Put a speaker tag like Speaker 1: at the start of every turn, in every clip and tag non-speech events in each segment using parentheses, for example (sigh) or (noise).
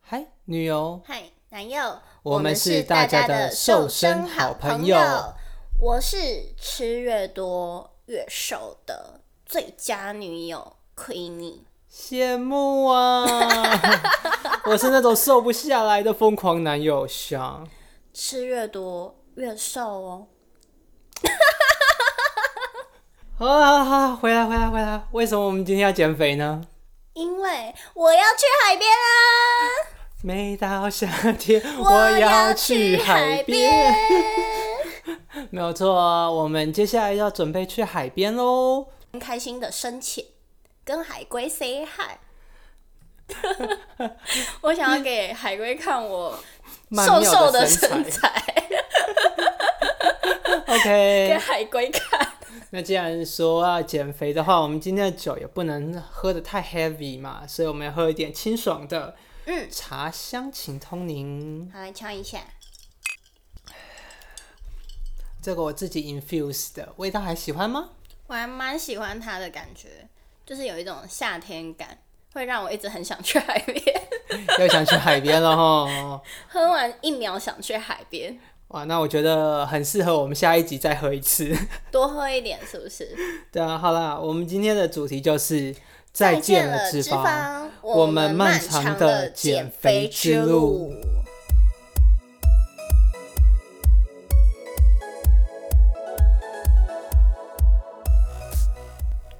Speaker 1: 嗨，女友，
Speaker 2: 嗨，男友，
Speaker 1: 我们是大家的瘦身好朋友，
Speaker 2: 我是吃越多越瘦的最佳女友 Queenie。
Speaker 1: 羡慕啊！
Speaker 2: (laughs)
Speaker 1: 我是那种瘦不下来的疯狂男友，想
Speaker 2: 吃越多越瘦哦，
Speaker 1: 好了好了好了，回来回来回来，为什么我们今天要减肥呢？
Speaker 2: 因为我要去海边啊
Speaker 1: (laughs)
Speaker 2: 啦！
Speaker 1: 每到夏天，
Speaker 2: 要
Speaker 1: 要去海
Speaker 2: 海边。
Speaker 1: (laughs) 没有错，啊我们接下来要准备去海边喽。
Speaker 2: 很开心的深潜，跟海龟 say
Speaker 1: (laughs)
Speaker 2: hi。我想要给海龟看我
Speaker 1: 曼
Speaker 2: 瘦
Speaker 1: 妙
Speaker 2: 瘦的
Speaker 1: 身
Speaker 2: 身材，
Speaker 1: (laughs)
Speaker 2: 给
Speaker 1: OK，
Speaker 2: 海龟看。
Speaker 1: 那既然说要减肥的话，我们今天的酒也不能喝的太 heavy 嘛，所以我们要喝一点清爽的
Speaker 2: 嗯，
Speaker 1: 茶香请通宁。
Speaker 2: 好来敲一下。
Speaker 1: 这个我自己 infuse 的味道还喜欢吗？
Speaker 2: 我还蛮喜欢它的感觉，就是有一种夏天感，会让我一直很想去海边。 (laughs)
Speaker 1: 又想去海边了吼！
Speaker 2: 喝完一秒想去海边，
Speaker 1: 哇，那我觉得很适合我们下一集再喝一次。 (laughs)
Speaker 2: 多喝一点是不是？
Speaker 1: 对啊，好啦，我们今天的主题就是
Speaker 2: 见
Speaker 1: 见
Speaker 2: 了
Speaker 1: 脂肪。
Speaker 2: 肪，
Speaker 1: 我
Speaker 2: 我
Speaker 1: 们
Speaker 2: 们
Speaker 1: 漫
Speaker 2: 漫
Speaker 1: 长
Speaker 2: 长
Speaker 1: 的
Speaker 2: 的
Speaker 1: 减
Speaker 2: 减
Speaker 1: 肥
Speaker 2: 肥
Speaker 1: 之
Speaker 2: 之
Speaker 1: 路
Speaker 2: 路。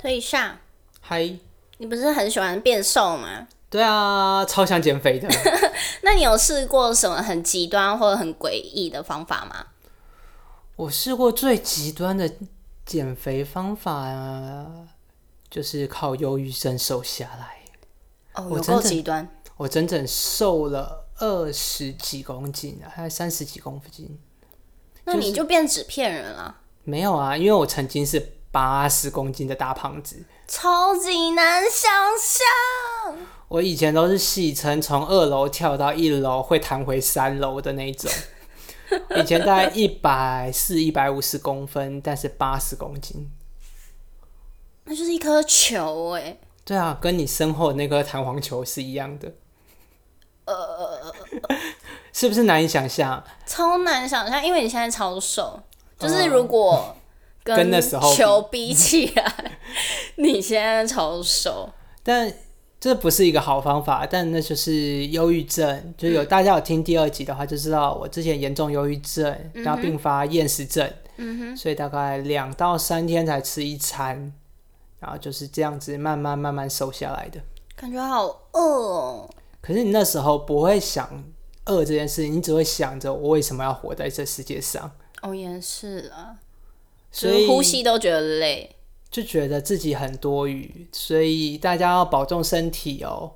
Speaker 2: 所以上，
Speaker 1: 嗨，
Speaker 2: 你不是很喜欢变瘦吗？
Speaker 1: 对啊，超想减肥的。 (laughs)
Speaker 2: 那你有试过什么很极端或者很诡异的方法吗？
Speaker 1: 我试过最极端的减肥方法、啊，就是靠忧郁症瘦下来。
Speaker 2: 哦，
Speaker 1: 我
Speaker 2: 有
Speaker 1: 真
Speaker 2: 够
Speaker 1: 的
Speaker 2: 极端，
Speaker 1: 我整整瘦了二十几公斤啊，还有三十几公斤。
Speaker 2: 那你就变纸片人了。
Speaker 1: 没有啊，因为我曾经是八十公斤的大胖子，
Speaker 2: 超级难想象，
Speaker 1: 我以前都是戏称从二楼跳到一楼会弹回三楼的那一种。以前大概一百四、一百五十公分，但是八十公斤。
Speaker 2: 那就是一颗球哎、
Speaker 1: 对啊，跟你身后那颗弹簧球是一样的。呃， (laughs) 是不是难以想象？
Speaker 2: 超难想象，因为你现在超瘦，就是如果跟
Speaker 1: 嗯 (laughs) 跟那时候比
Speaker 2: 球比起来，你现在超瘦，
Speaker 1: 但这不是一个好方法，但那就是忧郁症，就是有大家有听第二集的话，就知道我之前严重忧郁症，然后并发厌食症，嗯、所以大概两到三天才吃一餐，然后就是这样子慢慢慢慢瘦下来的。
Speaker 2: 感觉好饿哦。
Speaker 1: 可是你那时候不会想饿这件事，你只会想着我为什么要活在这世界上，
Speaker 2: 哦，也是啊，
Speaker 1: 所
Speaker 2: 就
Speaker 1: 以
Speaker 2: 是呼吸都觉得累。
Speaker 1: 就觉得自己很多余，所以大家要保重身体哦。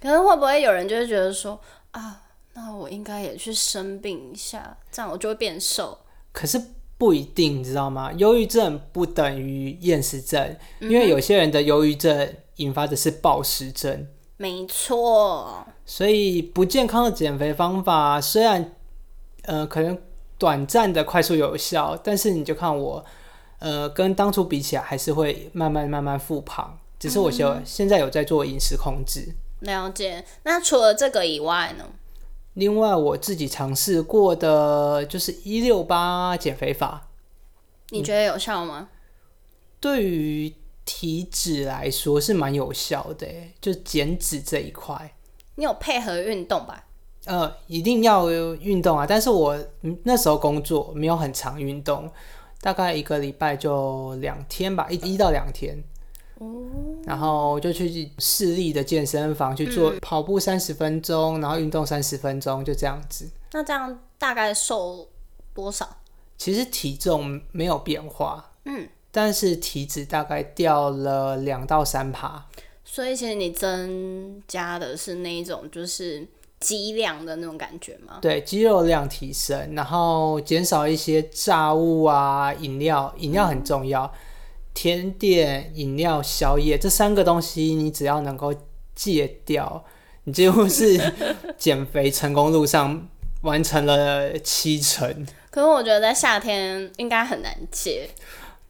Speaker 2: 可是会不会有人就会觉得说啊，那我应该也去生病一下，这样我就会变瘦？
Speaker 1: 可是不一定，你知道吗？忧郁症不等于厌食症，因为有些人的忧郁症引发的是暴食症，
Speaker 2: 没错，
Speaker 1: 所以不健康的减肥方法虽然，呃，可能短暂的快速有效，但是你就看我，呃，跟当初比起来，还是会慢慢慢慢复胖。只是我现现在有在做饮食控制，
Speaker 2: 了解。那除了这个以外呢？
Speaker 1: 另外我自己尝试过的就是一六八减肥法，
Speaker 2: 你觉得有效吗？
Speaker 1: 对于体脂来说是蛮有效的耶，就减脂这一块，
Speaker 2: 你有配合运动吧？
Speaker 1: 呃，一定要运动啊。但是我嗯那时候工作没有很常运动，大概一个礼拜就两天吧，一一到两天。然后就去市立的健身房去做跑步三十分钟，然后运动三十分钟，就这样子。
Speaker 2: 那这样大概瘦多少？
Speaker 1: 其实体重没有变化，嗯，但是体脂大概掉了两到三趴。
Speaker 2: 所以其实你增加的是那一种就是肌量的那种感觉吗？
Speaker 1: 对，肌肉量提升，然后减少一些炸物啊、饮料，饮料很重要，甜点、饮料、宵夜这三个东西，你只要能够戒掉，你几乎是减肥成功路上完成了七成。
Speaker 2: 可是我觉得在夏天应该很难戒。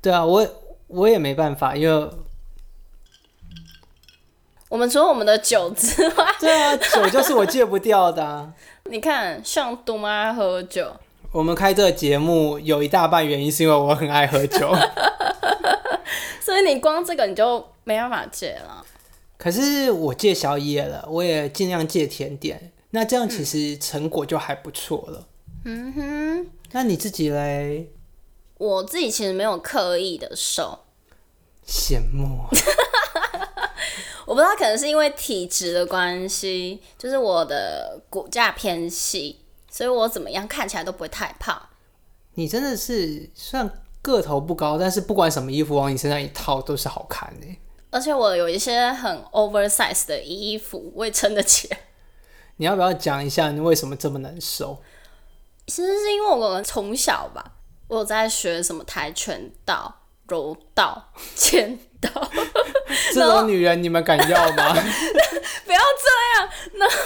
Speaker 1: 对啊，我我也没办法，因为
Speaker 2: 我们除了我们的酒之外， (laughs)
Speaker 1: 对啊，酒就是我戒不掉的、啊。
Speaker 2: 你看，像杜妈喝酒，
Speaker 1: 我们开这个节目有一大半原因是因为我很爱喝酒，
Speaker 2: 所以你光这个你就没办法戒了。
Speaker 1: 可是我戒宵夜了，我也尽量戒甜点。那这样其实成果就还不错了。
Speaker 2: 嗯哼，
Speaker 1: 那你自己嘞？
Speaker 2: 我自己其实没有刻意的瘦，
Speaker 1: 羡慕。 (laughs)
Speaker 2: 我不知道可能是因为体质的关系，就是我的骨架偏细，所以我怎么样看起来都不会太胖。
Speaker 1: 你真的是虽然个头不高，但是不管什么衣服往你身上一套都是好看的。
Speaker 2: 而且我有一些很 oversize 的衣服，我也撑得起来。
Speaker 1: 你要不要讲一下你为什么这么难瘦？
Speaker 2: (laughs) 其实是因为我从小吧，我有在学什么跆拳道、柔道、 (laughs) 剑道，
Speaker 1: 这种女人你们敢要吗？
Speaker 2: 不要这样。然后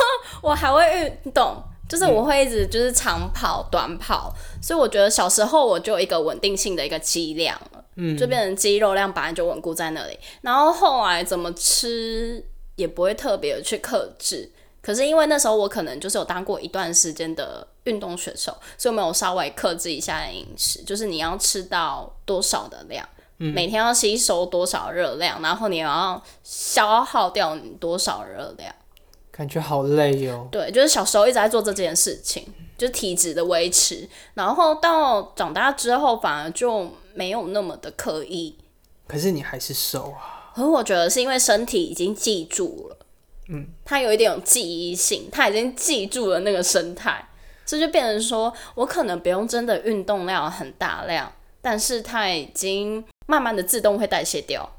Speaker 2: 我还会运动，就是我会一直就是长跑、短跑，所以我觉得小时候我就有一个稳定性的一个肌量了，
Speaker 1: 嗯
Speaker 2: 就变成肌肉量本来就稳固在那里。然后后来怎么吃也不会特别去克制，可是因为那时候我可能就是有当过一段时间的运动选手，所以我们有稍微克制一下饮食，就是你要吃到多少的量。每天要吸收多少热量，然后你也要消耗掉你多少热量。
Speaker 1: 感觉好累哦哟、
Speaker 2: 对，就是小时候一直在做这件事情，就是体质的维持。然后到长大之后，反而就没有那么的刻意。
Speaker 1: 可是你还是瘦啊。
Speaker 2: 可是我觉得是因为身体已经记住了，嗯，它有一点有记忆性，它已经记住了那个生态，这就变成说我可能不用真的运动量很大量，但是它已经慢慢的自动会代谢掉。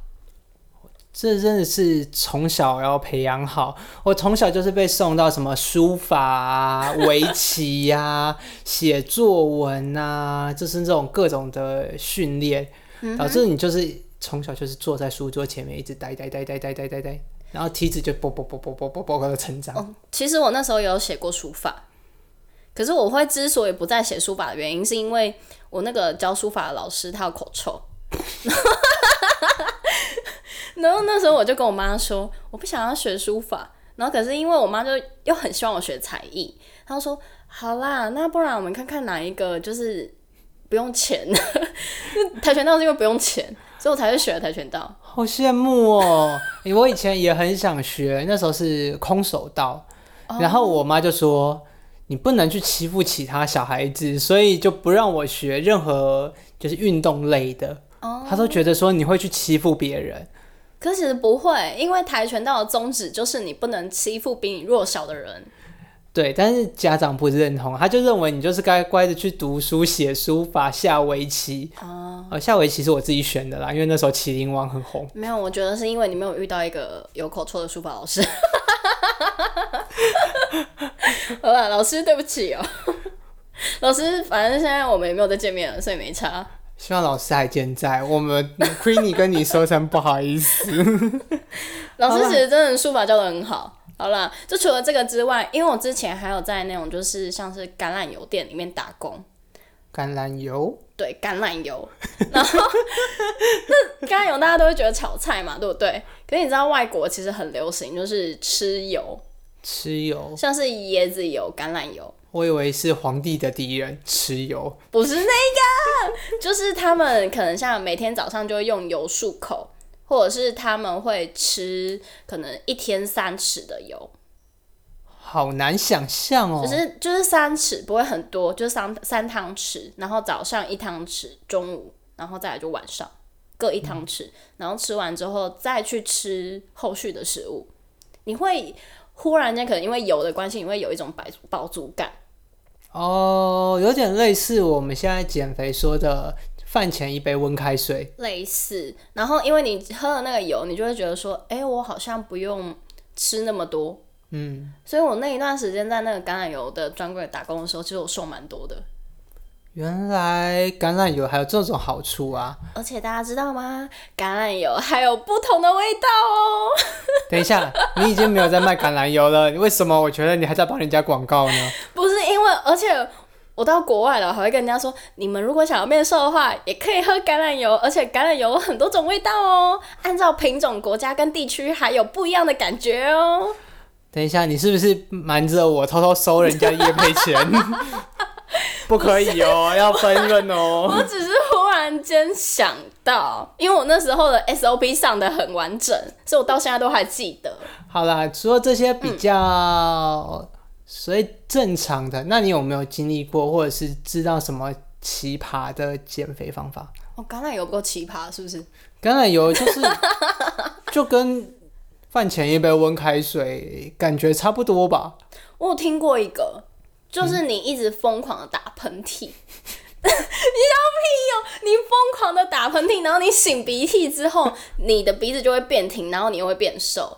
Speaker 1: 这真的是从小要培养好。我从小就是被送到什么书法啊、围棋呀、写作文啊，就是这种各种的训练，导致你就是从小就是坐在书桌前面一直呆呆呆呆呆呆呆呆，然后体脂就啵啵啵啵啵啵啵啵的成长。
Speaker 2: 哦，其实我那时候也有写过书法，可是我会之所以不再写书法的原因，是因为我那个教书法的老师他有口臭， (laughs) 然后那时候我就跟我妈说，我不想要学书法。然后可是因为我妈就又很希望我学才艺，她就说好啦，那不然我们看看哪一个就是不用钱， (laughs) 跆拳道是因为不用钱，所以我才去学了跆拳道。
Speaker 1: 好羡慕哦！ (laughs) 诶我以前也很想学，那时候是空手道，然后我妈就说你不能去欺负其他小孩子，所以就不让我学任何就是运动类的。她都觉得说你会去欺负别人，
Speaker 2: 可是其实不会，因为跆拳道的宗旨就是你不能欺负比你弱小的人。
Speaker 1: 对，但是家长不认同，他就认为你就是该乖的去读书、写书法、下围棋。
Speaker 2: 啊
Speaker 1: 哦、下围棋是我自己选的啦，因为那时候麒麟王很红。
Speaker 2: 没有，我觉得是因为你没有遇到一个有口臭的书法老师。 (laughs) 好了，老师，对不起哦、老师，反正现在我们也没有再见面了，所以没差。
Speaker 1: 希望老师还健在，我们 (laughs) Queenie 跟你说声不好意思。
Speaker 2: 老师其实真的书法教的很好。好啦，就除了这个之外，因为我之前还有在那种就是像是橄榄油店里面打工，
Speaker 1: 橄榄油。
Speaker 2: 对，橄榄油，然后 (laughs) 那橄榄油大家都会觉得炒菜嘛，对不对？可是你知道外国其实很流行就是吃油，
Speaker 1: 蚩尤，
Speaker 2: 像是椰子油、橄榄油，
Speaker 1: 我以为是皇帝的敌人蚩尤。
Speaker 2: 不是那个，就是他们可能像每天早上就会用油漱口，或者是他们会吃可能一天三匙的油，
Speaker 1: 好难想象哦
Speaker 2: 就。是就是三匙不会很多，就是三三汤匙，然后早上一汤匙，中午，然后再来就晚上各一汤
Speaker 1: 嗯
Speaker 2: 匙，然后吃完之后再去吃后续的食物，你会忽然间可能因为油的关系，你会有一种饱饱足感。
Speaker 1: 哦，有点类似我们现在减肥说的饭前一杯温开水。
Speaker 2: 类似，然后因为你喝了那个油，你就会觉得说，哎、我好像不用吃那么多。
Speaker 1: 嗯，
Speaker 2: 所以我那一段时间在那个橄榄油的专柜打工的时候，其实我瘦蛮多的。
Speaker 1: 原来橄榄油还有这种好处啊！ (laughs)
Speaker 2: 而且大家知道吗？橄榄油还有不同的味道哦。
Speaker 1: 等一下，你已经没有在卖橄榄油了，为什么我觉得你还在帮人家广告呢？
Speaker 2: 不是因为，而且我到国外了，还会跟人家说，你们如果想要变瘦的话，也可以喝橄榄油，而且橄榄油有很多种味道哦，按照品种、国家跟地区还有不一样的感觉哦。
Speaker 1: 等一下，你是不是瞒着我偷偷收人家业配钱？ (laughs) 不可以哦，要分润哦。
Speaker 2: 我只是忽然间想到，因为我那时候的 SOP 上的很完整，所以我到现在都还记得。
Speaker 1: 好啦，除了这些比较所以正常的，那你有没有经历过，或者是知道什么奇葩的减肥方法？
Speaker 2: 哦，橄榄油不够奇葩，是不是？
Speaker 1: 橄榄油就是就跟饭前一杯温开水感觉差不多吧？
Speaker 2: 我有听过一个，就是你一直疯狂的打喷嚏， (laughs) 你要屁哦！你疯狂的打喷嚏，然后你擤鼻涕之后，你的鼻子就会变挺，然后你又会变瘦。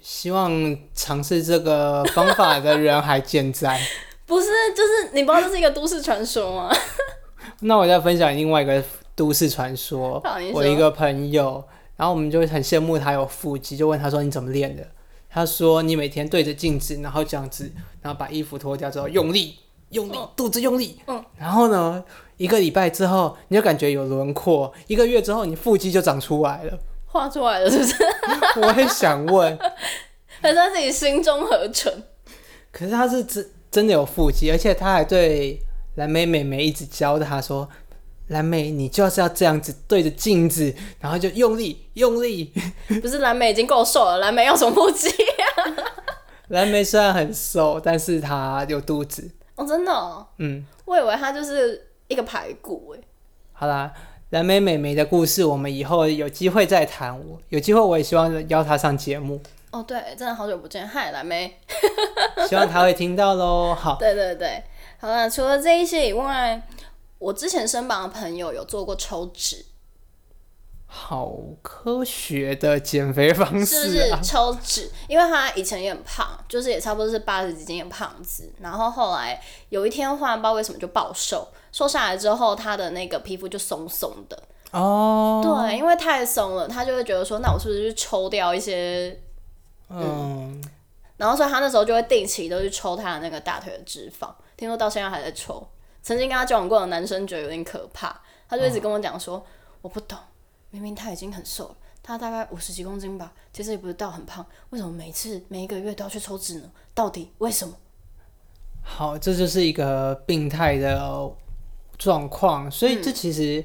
Speaker 1: 希望尝试这个方法的人还健在。
Speaker 2: 不是，就是你不知道这是一个都市传说吗？ (laughs)
Speaker 1: 那我再分享另外一个都市传说
Speaker 2: 好你，说
Speaker 1: 我一个朋友，然后我们就很羡慕他有腹肌，就问他说你怎么练的？他说你每天对着镜子，然后这样子，然后把衣服脱掉之后用力用力肚子用力，
Speaker 2: 嗯，
Speaker 1: 然后呢，一个礼拜之后你就感觉有轮廓，一个月之后你腹肌就长出来了。
Speaker 2: 画出来了是不是？
Speaker 1: 我也想问，
Speaker 2: 还是在自己心中合成？
Speaker 1: 可是他是真真的有腹肌，而且他还对蓝莓妹妹一直教他说：“蓝莓，你就是要这样子对着镜子，然后就用力用力。
Speaker 2: 不是蓝莓已经够瘦了，蓝莓要什么腹肌？”
Speaker 1: 蓝莓虽然很瘦，但是她有肚子。
Speaker 2: (laughs) 哦，真的、哦，
Speaker 1: 嗯，
Speaker 2: 我以为它就是一个排骨哎。
Speaker 1: 好啦，蓝莓妹妹的故事我们以后有机会再谈。我有机会我也希望邀她上节
Speaker 2: (laughs)
Speaker 1: 目，
Speaker 2: 哦，对，真的好久不见，嗨，蓝莓。
Speaker 1: 希望她会听到喽。好，
Speaker 2: 对对对，好了，除了这一些以外，我之前身旁的朋友有做过抽脂，
Speaker 1: 好科学的减肥方
Speaker 2: 是不
Speaker 1: 式
Speaker 2: 是
Speaker 1: 啊！
Speaker 2: 抽脂？因为他以前也很胖，就是也差不多是八十几斤的胖子，然后后来有一天忽然不知道为什么就暴瘦，瘦下来之后他的那个皮肤就松松的，
Speaker 1: 哦，
Speaker 2: 对，因为太松了，他就会觉得说，那我是不是去抽掉一些？
Speaker 1: 嗯，
Speaker 2: 然后所以他那时候就会定期都去抽他的那个大腿的脂肪，听说到现在还在抽。曾经跟他交往过的男生觉得有点可怕，他就一直跟我讲说，我不懂，明明他已经很瘦了，他大概五十几公斤吧，其实也不是到很胖，为什么每次每一个月都要去抽脂呢？到底为什么？
Speaker 1: 好，这就是一个病态的状况，所以这其实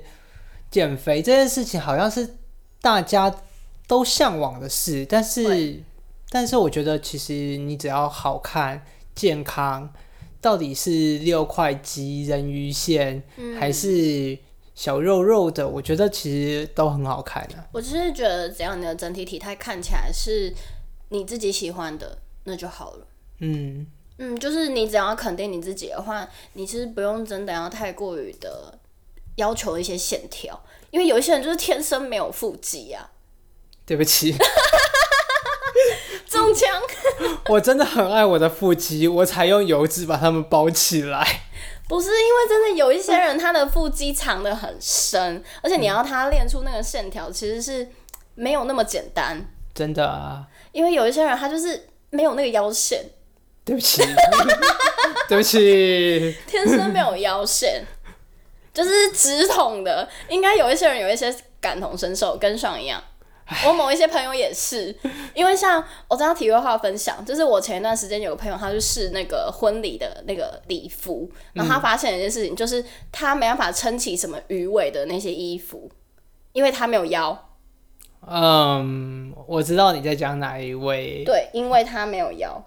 Speaker 1: 减肥这件事情好像是大家都向往的事，但是但是我觉得其实你只要好看、健康，到底是六块肌、人鱼线、还是小肉肉的，我觉得其实都很好看啊的、
Speaker 2: 我只是觉得只要你的整体体态看起来是你自己喜欢的，那就好了。
Speaker 1: 嗯，
Speaker 2: 嗯，就是你只要肯定你自己的话，你其实不用真的要太过于的要求一些线条，因为有一些人就是天生没有腹肌啊呀、
Speaker 1: 对不起，
Speaker 2: 中枪。
Speaker 1: 我真的很爱我的腹肌，我才用油脂把它们包起来。
Speaker 2: (laughs) 不是因为真的有一些人他的腹肌藏得很深，而且你要他练出那个线条，其实是没有那么简单，
Speaker 1: 真的啊，
Speaker 2: 因为有一些人他就是没有那个腰线，
Speaker 1: 对不起， (laughs) 对不起，
Speaker 2: 天生没有腰线，就是直筒的。应该有一些人有一些感同身受，跟上一样。我某一些朋友也是，因为像我知道体育化分享，就是我前一段时间有个朋友，他去试那个婚礼的那个礼服，然后他发现一件事情，就是他没办法撑起什么鱼尾的那些衣服，因为他没有腰。
Speaker 1: 嗯，我知道你在讲哪一位，
Speaker 2: 对，因为他没有腰，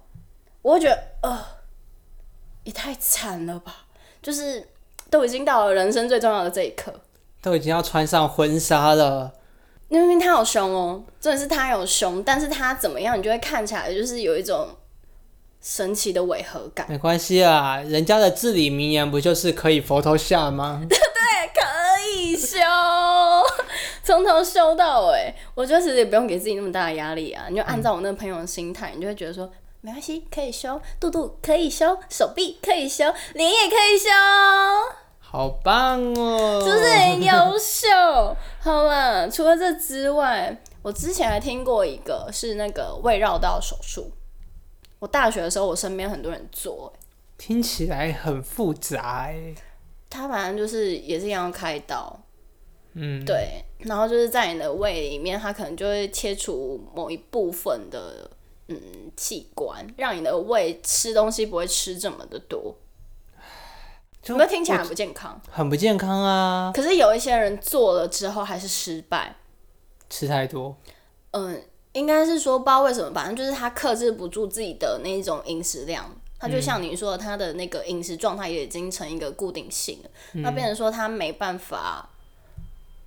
Speaker 2: 我会觉得呃，也太惨了吧，就是都已经到了人生最重要的这一刻。
Speaker 1: 都已经要穿上婚纱了，
Speaker 2: 明明他有胸哦，真的是他有胸，但是他怎么样，你就会看起来就是有一种神奇的违和感。
Speaker 1: 没关系啊，人家的至理名言不就是可以佛头下吗？
Speaker 2: 对，可以修，从头修到尾。我觉得其实也不用给自己那么大的压力啊，你就按照我那个朋友的心态，你就会觉得说。没关系，可以修，肚肚可以修，手臂可以修，脸也可以修，
Speaker 1: 好棒哦，
Speaker 2: 是不是很优秀？好了，除了这之外，我之前还听过一个是那个胃绕道手术，我大学的时候我身边很多人做、欸
Speaker 1: 听起来很复杂哎。
Speaker 2: 它反正就是也是一样开刀，
Speaker 1: 嗯，
Speaker 2: 对，然后就是在你的胃里面，它可能就会切除某一部分的嗯器官，让你的胃吃东西不会吃这么的多。
Speaker 1: 就
Speaker 2: 有没有听起来很不健康？
Speaker 1: 很不健康啊，
Speaker 2: 可是有一些人做了之后还是失败，
Speaker 1: 吃太多。
Speaker 2: 嗯，应该是说不知道为什么，反正就是他克制不住自己的那一种饮食量，他就像你说的，他的那个饮食状态也已经成一个固定性了，
Speaker 1: 嗯
Speaker 2: 那变成说他没办法，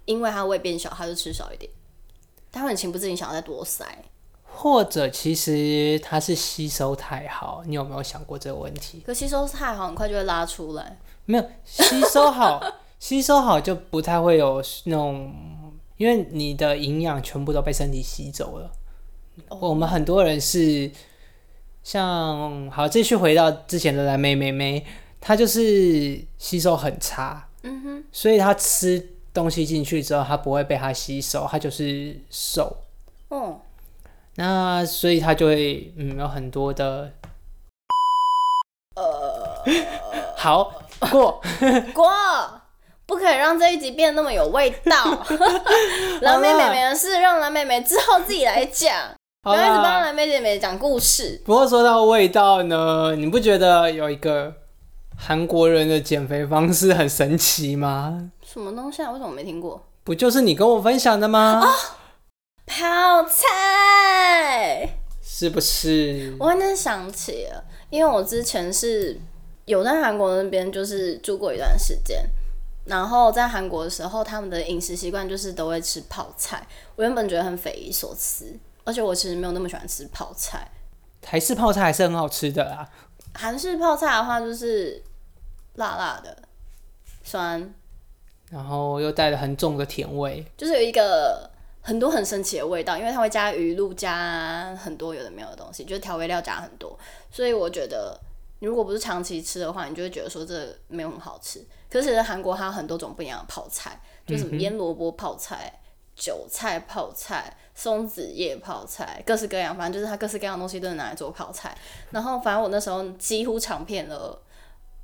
Speaker 2: 因为他胃变小，他就吃少一点，他会很情不自禁想要再多塞。
Speaker 1: 或者其实它是吸收太好，你有没有想过这个问题？
Speaker 2: 可吸收太好，很快就会拉出来。
Speaker 1: 没有吸收
Speaker 2: (laughs)
Speaker 1: 好，吸收好就不太会有那种，因为你的营养全部都被身体吸走了。
Speaker 2: 哦
Speaker 1: 我们很多人是像好，继续回到之前的蓝妹妹妹，她就是吸收很差，
Speaker 2: 嗯哼，
Speaker 1: 所以她吃东西进去之后，她不会被它吸收，她就是瘦。
Speaker 2: 哦，
Speaker 1: 那所以她就会嗯有很多的呃 (laughs) 好过。
Speaker 2: 过。不可以让这一集变得那么有味
Speaker 1: (laughs)
Speaker 2: 道。蓝妹妹妹的事，让蓝妹妹之后自己来讲，不
Speaker 1: 好
Speaker 2: 要一直帮
Speaker 1: 啦
Speaker 2: 蓝妹妹讲故事。
Speaker 1: 不过说到味道呢，你不觉得有一个韩国人的减肥方式很神奇吗？
Speaker 2: 什么东西啊？为什么没听过？
Speaker 1: 不就是你跟我分享的吗？
Speaker 2: 泡菜，
Speaker 1: 是不是？
Speaker 2: 我忽然想起了，因为我之前是有在韩国那边就是住过一段时间，然后在韩国的时候，他们的饮食习惯就是都会吃泡菜。我原本觉得很匪夷所思，而且我其实没有那么喜欢吃泡菜。
Speaker 1: 台式泡菜还是很好吃的啊啦。
Speaker 2: 韩式泡菜的话，就是辣辣的、酸，
Speaker 1: 然后又带了很重的甜味，
Speaker 2: 就是有一个很多很神奇的味道，因为它会加鱼露，加很多有的没有的东西，就是调味料加很多，所以我觉得你如果不是长期吃的话，你就会觉得说这没有很好吃。可是其实韩国它有很多种不一样的泡菜，就是什么腌萝卜泡菜、韭菜泡菜、松子叶泡菜，各式各样，反正就是它各式各样的东西都能拿来做泡菜。然后反正我那时候几乎尝遍了，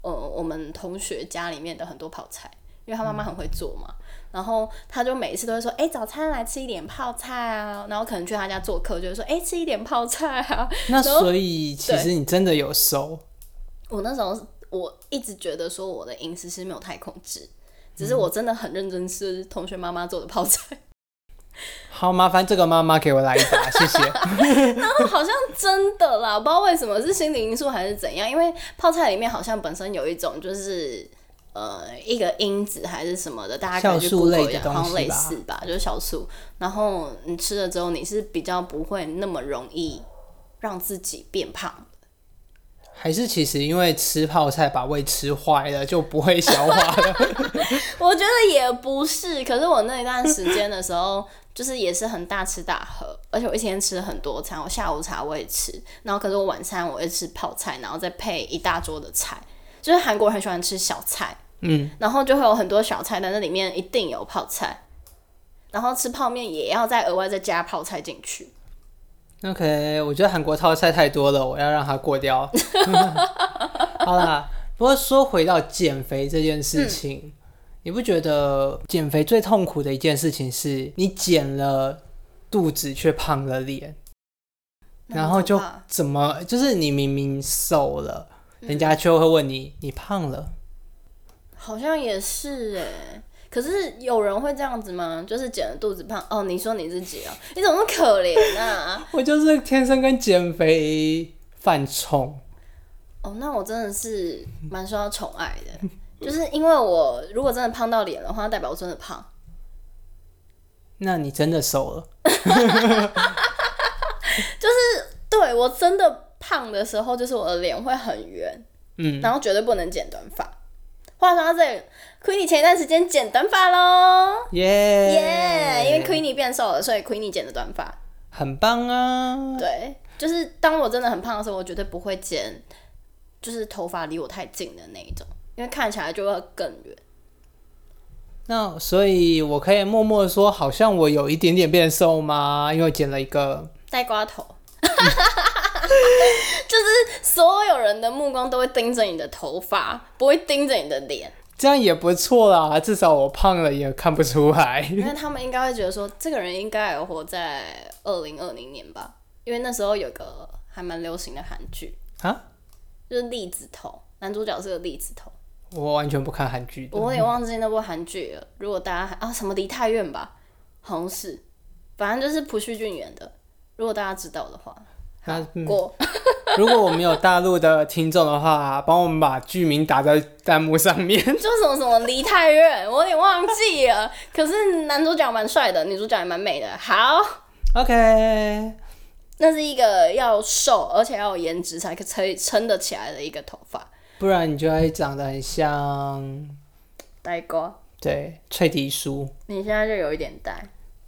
Speaker 2: 呃，我们同学家里面的很多泡菜，因为他妈妈很会做嘛。然后他就每一次都会说：“哎、早餐来吃一点泡菜啊。”然后可能去他家做客，就会说：“哎、吃一点泡菜啊。” (laughs)
Speaker 1: 那所以其实你真的有收，
Speaker 2: 我那时候我一直觉得说我的饮食是没有太控制，只是我真的很认真吃同学妈妈做的泡菜，
Speaker 1: 好麻烦这个妈妈给我来一把，谢谢。
Speaker 2: 好像真的啦，不知道为什么是心理因素还是怎样，因为泡菜里面好像本身有一种就是。呃，一个因子还是什么的，大家可以去
Speaker 1: 酵素
Speaker 2: Google
Speaker 1: 类
Speaker 2: 一
Speaker 1: 的
Speaker 2: 下，
Speaker 1: 东西
Speaker 2: 好像类
Speaker 1: 吧
Speaker 2: 似吧，就是酵素。然后你吃了之后，你是比较不会那么容易让自己变胖。
Speaker 1: 还是其实因为吃泡菜把胃吃坏了，就不会消化了。
Speaker 2: 我觉得也不是，可是我那一段时间的时候， (laughs) 就是也是很大吃大喝，而且我一天吃很多餐，我下午茶我也吃，然后可是我晚餐我会吃泡菜，然后再配一大桌的菜，就是韩国人很喜欢吃小菜，
Speaker 1: 嗯，
Speaker 2: 然后就会有很多小菜，但那里面一定有泡菜，然后吃泡面也要再额外再加泡菜进去。
Speaker 1: OK，我觉得韩国泡菜太多了，我要让它过
Speaker 2: (laughs)
Speaker 1: 掉。 (laughs) 好啦，不过说回到减肥这件事情，
Speaker 2: 嗯
Speaker 1: 你不觉得减肥最痛苦的一件事情是你减了肚子却胖了脸，然后就
Speaker 2: 那很可怕嗯
Speaker 1: 怎么就是你明明瘦了，人家却会问你你胖了，
Speaker 2: 好像也是哎、可是有人会这样子吗？就是减了肚子胖哦？你说你自己哦，你怎么那么可怜啊？
Speaker 1: 我就是天生跟减肥犯冲。
Speaker 2: 哦，那我真的是蛮受到宠爱的，就是因为我如果真的胖到脸的话，代表我真的胖。
Speaker 1: 那你真的瘦了，
Speaker 2: 对我真的胖的时候，就是我的脸会很圆，
Speaker 1: 嗯，
Speaker 2: 然后绝对不能剪短发。话说到这里，Queenie 前一段时间剪短发喽，
Speaker 1: 耶
Speaker 2: 耶、因为 Queenie 变瘦了，所以 Queenie 剪了短发。
Speaker 1: 很棒啊！
Speaker 2: 对，就是当我真的很胖的时候，我绝对不会剪，就是头发离我太近的那一种，因为看起来就会更圆。
Speaker 1: 那所以，我可以默默地说，好像我有一点点变瘦吗？
Speaker 2: (laughs)
Speaker 1: 因为剪了一个，
Speaker 2: 呆瓜头，就是所有人人的目光都会盯着你的头发，不会盯着你的脸，
Speaker 1: 这样也不错啦，至少我胖了也看不出来。
Speaker 2: 因为他们应该会觉得说，这个人应该有活在二零二零年吧，因为那时候有个还蛮流行的韩剧
Speaker 1: (laughs) 啊，
Speaker 2: 就是栗子头，男主角是个栗子头，
Speaker 1: 我完全不看韩剧的，
Speaker 2: 我也忘记那部韩剧了。如果大家还啊什么梨泰院吧，好像是，反正就是朴叙俊演的。如果大家知道的话，
Speaker 1: 那
Speaker 2: 好过。
Speaker 1: 如果我们有大陆的听众的话，帮我们把剧名打在弹幕上面。
Speaker 2: 就什么什么梨泰院，我有点忘记了。可是男主角蛮帅的，女主角也蛮美的。好，
Speaker 1: (laughs)
Speaker 2: (laughs)
Speaker 1: OK，
Speaker 2: 那是一个要瘦而且要有颜值才可才撑得起来的一个头发
Speaker 1: 不然你就会长得很像
Speaker 2: 呆瓜。
Speaker 1: 对脆皮叔。
Speaker 2: 你现在就有一点呆，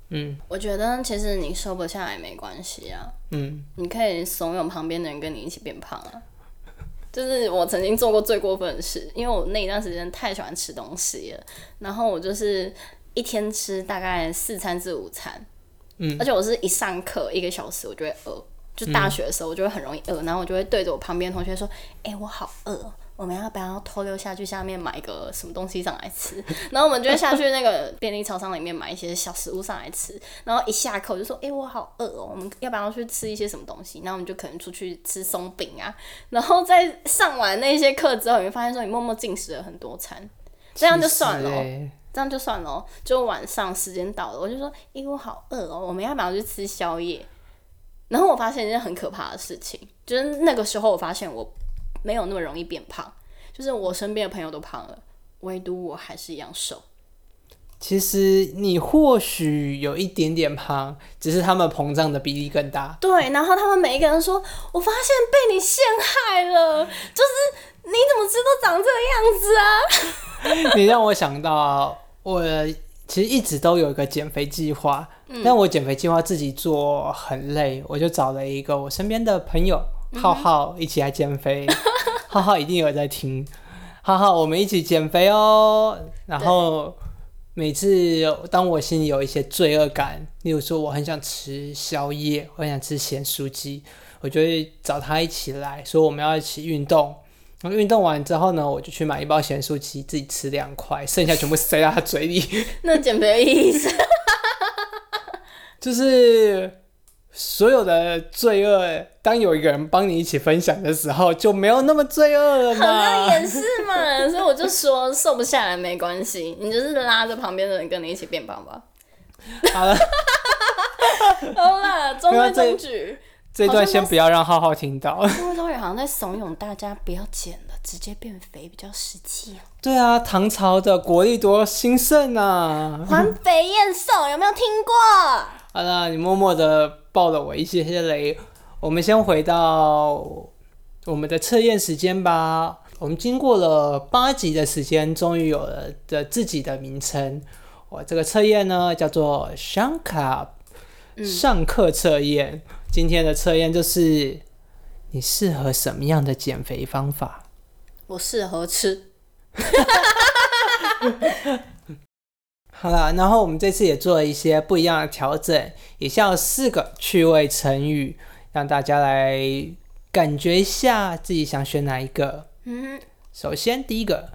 Speaker 1: 嗯
Speaker 2: 我觉得其实你瘦不下来没关系啊，
Speaker 1: 嗯，
Speaker 2: 你可以怂恿旁边的人跟你一起变胖啊。 (laughs) 就是我曾经做过最过分的事，因为我那一段时间太喜欢吃东西了，然后我就是一天吃大概四餐至五餐，
Speaker 1: 嗯，
Speaker 2: 而且我是一上课一个小时我就会饿，就大学的时候我就会很容易饿，然后我就会对着我旁边同学说：“哎、我好饿哦，我们要不要偷溜下去下面买一个什么东西上来吃？” (laughs) 然后我们就会下去那个便利超商里面买一些小食物上来吃，然后一下课我就说：“哎、我好饿哦，我们要不要去吃一些什么东西？”然后我们就可能出去吃松饼啊，然后在上完那些课之后，你会发现说你默默进食了很多餐，这样就算了哦、
Speaker 1: 气死欸
Speaker 2: 这样就算了哦、就晚上时间到了，我就说，咦、我好饿哦，我们要不要去吃宵夜？然后我发现一件很可怕的事情，就是那个时候我发现我没有那么容易变胖，就是我身边的朋友都胖了，唯独我还是一样瘦。
Speaker 1: 其实你或许有一点点胖，只是他们膨胀的比例更大。
Speaker 2: 对，然后他们每一个人说，我发现被你陷害了，就是你怎么吃都长这个样子
Speaker 1: (laughs)
Speaker 2: 啊？
Speaker 1: 你让我想到，我其实一直都有一个减肥计划，但我减肥计划自己做很累，我就找了一个我身边的朋友浩浩一起来减肥。 (laughs) 浩浩一定有在听，浩浩，我们一起减肥哦。然后每次当我心里有一些罪恶感，例如说我很想吃宵夜，我很想吃咸酥鸡，我就会找他一起来，说我们要一起运动。然后运动完之后呢，我就去买一包咸酥鸡，自己吃两块，剩下全部塞到他嘴里。 (laughs)
Speaker 2: 那减肥的意义是
Speaker 1: 就是所有的罪恶，当有一个人帮你一起分享的时候，就没有那么罪恶了
Speaker 2: 好像
Speaker 1: 嘛。
Speaker 2: 也是嘛，所以我就说瘦不下来没关系，你就是拉着旁边的人跟你一起变胖吧。
Speaker 1: 好了，
Speaker 2: (laughs) 好啦，中规中矩。
Speaker 1: 这一段先不要让浩浩听到。
Speaker 2: 中规中矩好像在怂恿大家不要减了，直接变肥比较实际哦。
Speaker 1: 对啊，唐朝的国力多兴盛啊！
Speaker 2: 环肥燕瘦有没有听过？
Speaker 1: 好了，你默默的爆了我一些些雷。我们先回到我们的测验时间吧。我们经过了八集的时间，终于有了的自己的名称。我这个测验呢，叫做 s h a n k a 上课测验。今天的测验就是你适合什么样的减肥方法？
Speaker 2: 我适合吃，
Speaker 1: 好啦，然后我们这次也做了一些不一样的调整，也像四个趣味成语，让大家来感觉一下自己想选哪一个。
Speaker 2: 嗯
Speaker 1: 首先，第一个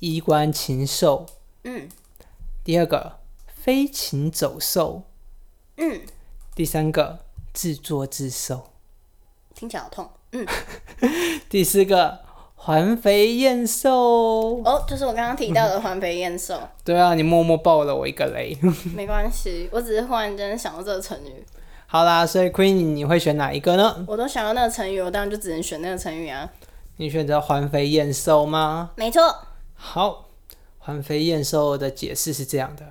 Speaker 1: 衣冠禽兽，
Speaker 2: 嗯
Speaker 1: 第二个飞禽走兽，
Speaker 2: 嗯，
Speaker 1: 第三个自作自受，
Speaker 2: 听起来好痛。嗯，
Speaker 1: 第四个环肥燕瘦。
Speaker 2: 哦，就是我刚刚提到的环肥燕瘦， (laughs)
Speaker 1: 对啊，你默默爆了我一个雷。 (laughs)
Speaker 2: 没关系，我只是忽然间想到这个成语，
Speaker 1: 好啦，所以 Queen 你会选哪一个呢？
Speaker 2: 我都想到那个成语，我当然就只能选那个成语啊。
Speaker 1: 你选择环肥燕瘦吗？
Speaker 2: 没错，
Speaker 1: 好，环肥燕瘦的解释是这样的：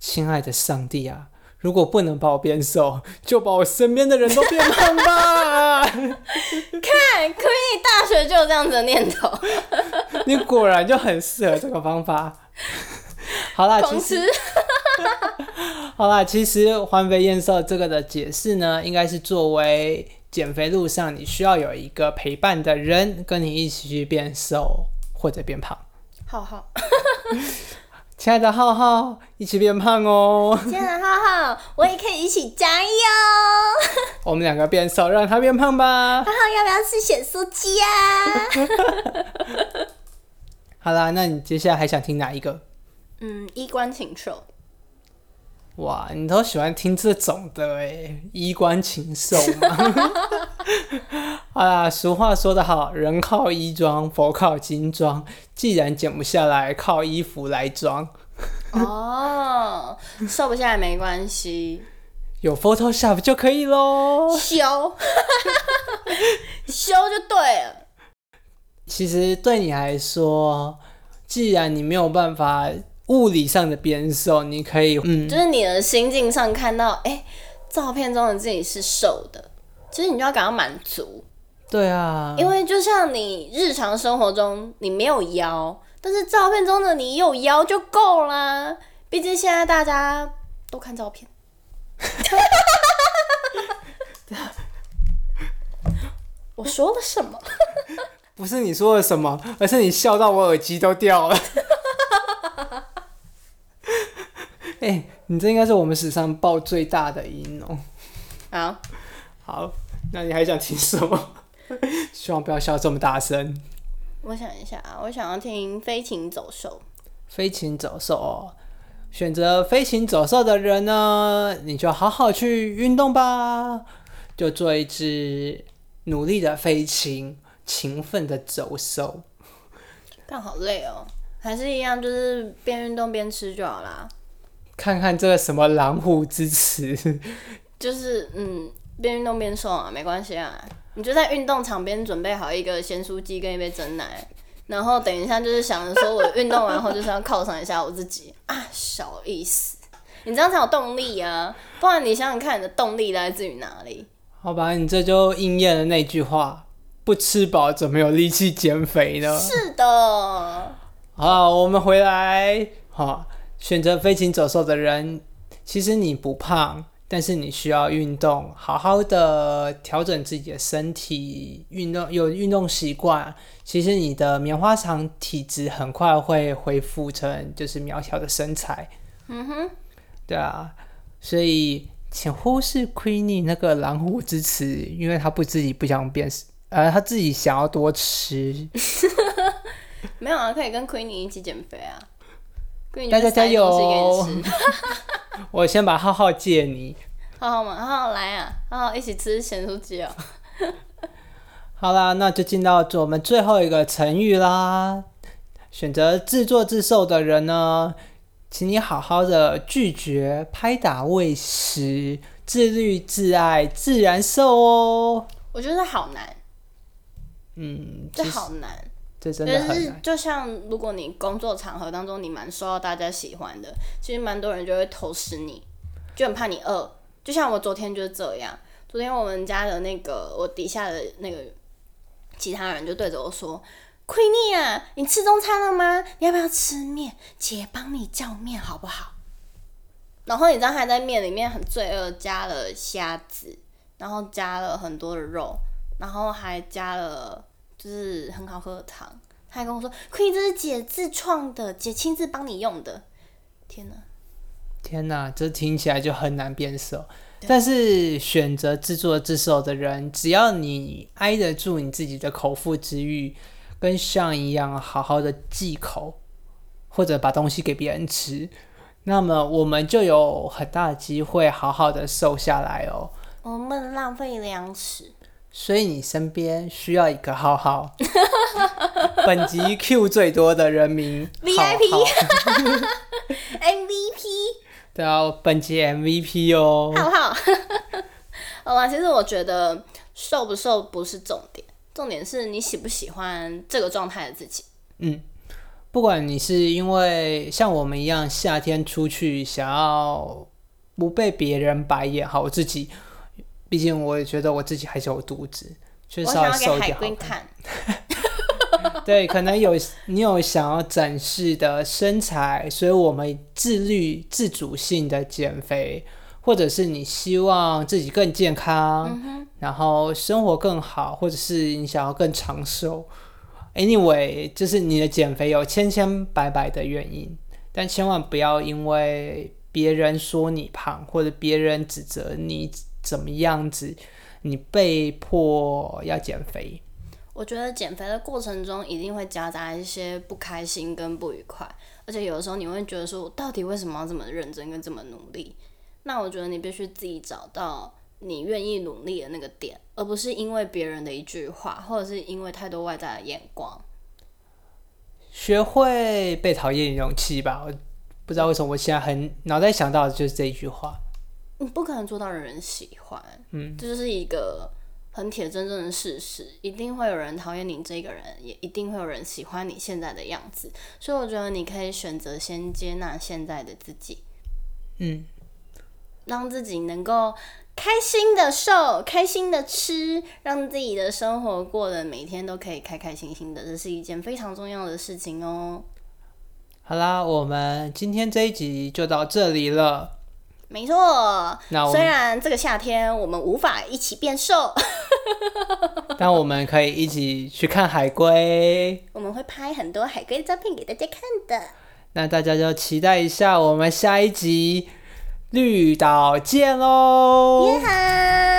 Speaker 1: 亲爱的上帝啊，如果不能把我变瘦，就把我身边的人都变胖吧！
Speaker 2: 看 Queenie 大学就有这样子的念头，
Speaker 1: 你果然就很适合这个方法。好啦，其
Speaker 2: 狂
Speaker 1: 实
Speaker 2: 吃。
Speaker 1: 好啦，其实环肥燕瘦这个的解释呢，应该是作为减肥路上你需要有一个陪伴的人，跟你一起去变瘦或者变胖。
Speaker 2: 浩浩，
Speaker 1: 亲爱的浩浩，一起变胖哦！
Speaker 2: 亲爱的浩浩，我也可以一起加油。
Speaker 1: 我们两个变瘦，让他变胖吧。
Speaker 2: 浩浩要不要吃咸酥鸡啊？
Speaker 1: 好啦，那你接下来还想听哪一个？
Speaker 2: (laughs) 嗯，衣冠禽兽。
Speaker 1: 哇，你都喜欢听这种的哎，衣冠禽兽嘛。 (laughs) 好啦，俗话说得好，人靠衣装，佛靠金装。既然减不下来，靠衣服来装。
Speaker 2: 哦，瘦不下来没关系，
Speaker 1: 有 Photoshop 就可以
Speaker 2: 哦
Speaker 1: 喽。
Speaker 2: 修， (laughs) 修就对了。
Speaker 1: 其实对你来说，既然你没有办法物理上的变瘦，你可以嗯，
Speaker 2: 就是你的心境上看到，哎、照片中的自己是瘦的，其实你就要感到满足，
Speaker 1: 对啊，
Speaker 2: 因为就像你日常生活中你没有腰，但是照片中的你有腰就够啦。毕竟现在大家都看照片。我说了什么？
Speaker 1: 不是你说了什么，而是你笑到我耳机都掉了。 (laughs) 哎、你这应该是我们史上爆最大的音哦、
Speaker 2: 好，
Speaker 1: 好，那你还想听什么？ (laughs) 希望不要笑这么大声。
Speaker 2: 我想一下啊，我想要听《飞禽走兽
Speaker 1: 飞禽走兽哦，选择飞禽走兽的人呢，你就好好去运动吧，就做一只努力的飞禽，勤奋的走兽。》，
Speaker 2: 但好累哦，还是一样，就是边运动边吃就好啦。
Speaker 1: 看看这个什么狼虎之词，
Speaker 2: 就是嗯，边运动边瘦啊，没关系啊。你就在运动场边准备好一个咸酥鸡跟一杯真奶，然后等一下就是想着说我运动完后就是要犒赏一下我自己啊，小意思。你这样才有动力啊，不然你想想看，你的动力来自于哪里？
Speaker 1: 好吧，你这就应验了那句话：不吃饱怎么有力气减肥呢？
Speaker 2: 是的，
Speaker 1: 好，我们回来。好，选择飞禽走兽的人，其实你不胖，但是你需要运动，好好的调整自己的身体，运动有运动习惯，其实你的棉花糖体质很快会恢复成就是苗条的身材。嗯哼，对啊，所以请忽视 Queenie 那个狼虎之词，因为他不自己不想变，呃，他自己想要多吃。
Speaker 2: 没有啊，可以跟 Queenie 一起减肥啊。Queenie
Speaker 1: 大家
Speaker 2: 就是塞
Speaker 1: 加油
Speaker 2: 东西给你吃，
Speaker 1: 我先把浩浩借你。
Speaker 2: 好好嘛，好好来啊，好好一起吃咸酥鸡哦。
Speaker 1: 好啦，那就进到我们最后一个成语啦。选择自作自受的人呢，请你好好的拒绝拍打喂食，自律自爱自然瘦哦。
Speaker 2: 我觉得好难，
Speaker 1: 嗯，
Speaker 2: 这
Speaker 1: 其实
Speaker 2: 好难。
Speaker 1: 这真的
Speaker 2: 但
Speaker 1: 很
Speaker 2: 是
Speaker 1: 难。
Speaker 2: 就像如果你工作场合当中你蛮受到大家喜欢的，其实蛮多人就会投食你，就很怕你饿。就像我昨天就是这样，昨天我们家的那个我底下的那个其他人就对着我说。奎尼啊，你吃中餐了吗？你要不要吃面？姐帮你叫面好不好？然后你知道他在面里面很罪恶，加了虾子，然后加了很多的肉，然后还加了就是很好喝的糖。他还跟我说：“Queen，这是姐自创的，姐亲自帮你用的。”天哪！
Speaker 1: 天哪，这听起来就很难变瘦。但是选择自作自受的人，只要你挨得住你自己的口腹之欲，跟象一样好好的忌口，或者把东西给别人吃，那么我们就有很大的机会好好的瘦下来哦。
Speaker 2: 我们浪费粮食。
Speaker 1: 所以你身边需要一个浩浩，哦本集 Q 最多的人名
Speaker 2: VIP
Speaker 1: 浩浩
Speaker 2: MVP
Speaker 1: 对啊，本集 MVP 哦。
Speaker 2: 好不好？ (laughs) 好吧，其实我觉得瘦不瘦不是重点，重点是你喜不喜欢这个状态的自己。
Speaker 1: 不管你是因为像我们一样夏天出去想要不被别人白眼，好，我自己，毕竟我也觉得我自己还是有肚子，
Speaker 2: 我
Speaker 1: 确实
Speaker 2: 想要
Speaker 1: 瘦
Speaker 2: 给
Speaker 1: 一
Speaker 2: 海
Speaker 1: 点好
Speaker 2: 龟看，
Speaker 1: 对，可能有你有想要展示的身材，所以我们自律自主性的减肥，或者是你希望自己更健康，然后生活更好，或者是你想要更长寿。Anyway，就是你的减肥有千千百百的原因，但千万不要因为别人说你胖，或者别人指责你怎么样子，你被迫要减肥。
Speaker 2: 我觉得减肥的过程中一定会夹杂一些不开心跟不愉快，而且有的时候你会觉得说，我到底为什么要这么认真跟这么努力？那我觉得你必须自己找到你愿意努力的那个点，而不是因为别人的一句话，或者是因为太多外在的眼光。
Speaker 1: 学会被讨厌的勇气吧。我不知道为什么我现在很脑袋想到的就是这一句话。
Speaker 2: 你嗯不可能做到人人喜欢，嗯，这就是一个很铁铮铮的事实。一定会有人讨厌你这个人，也一定会有人喜欢你现在的样子。所以我觉得你可以选择先接纳现在的自己，
Speaker 1: 嗯，
Speaker 2: 让自己能够开心的瘦，开心的吃，让自己的生活过得每天都可以开开心心的，这是一件非常重要的事情哦。
Speaker 1: 好啦，我们今天这一集就到这里了。
Speaker 2: 没错，
Speaker 1: 那我
Speaker 2: 虽
Speaker 1: 们，
Speaker 2: 然这个夏天我们无法一起变瘦，
Speaker 1: (laughs) 但我们可以一起去看海龟。
Speaker 2: 我们会拍很多海龟的照片给大家看的。
Speaker 1: 那大家就期待一下我们下一集绿岛见喽。
Speaker 2: 耶哈！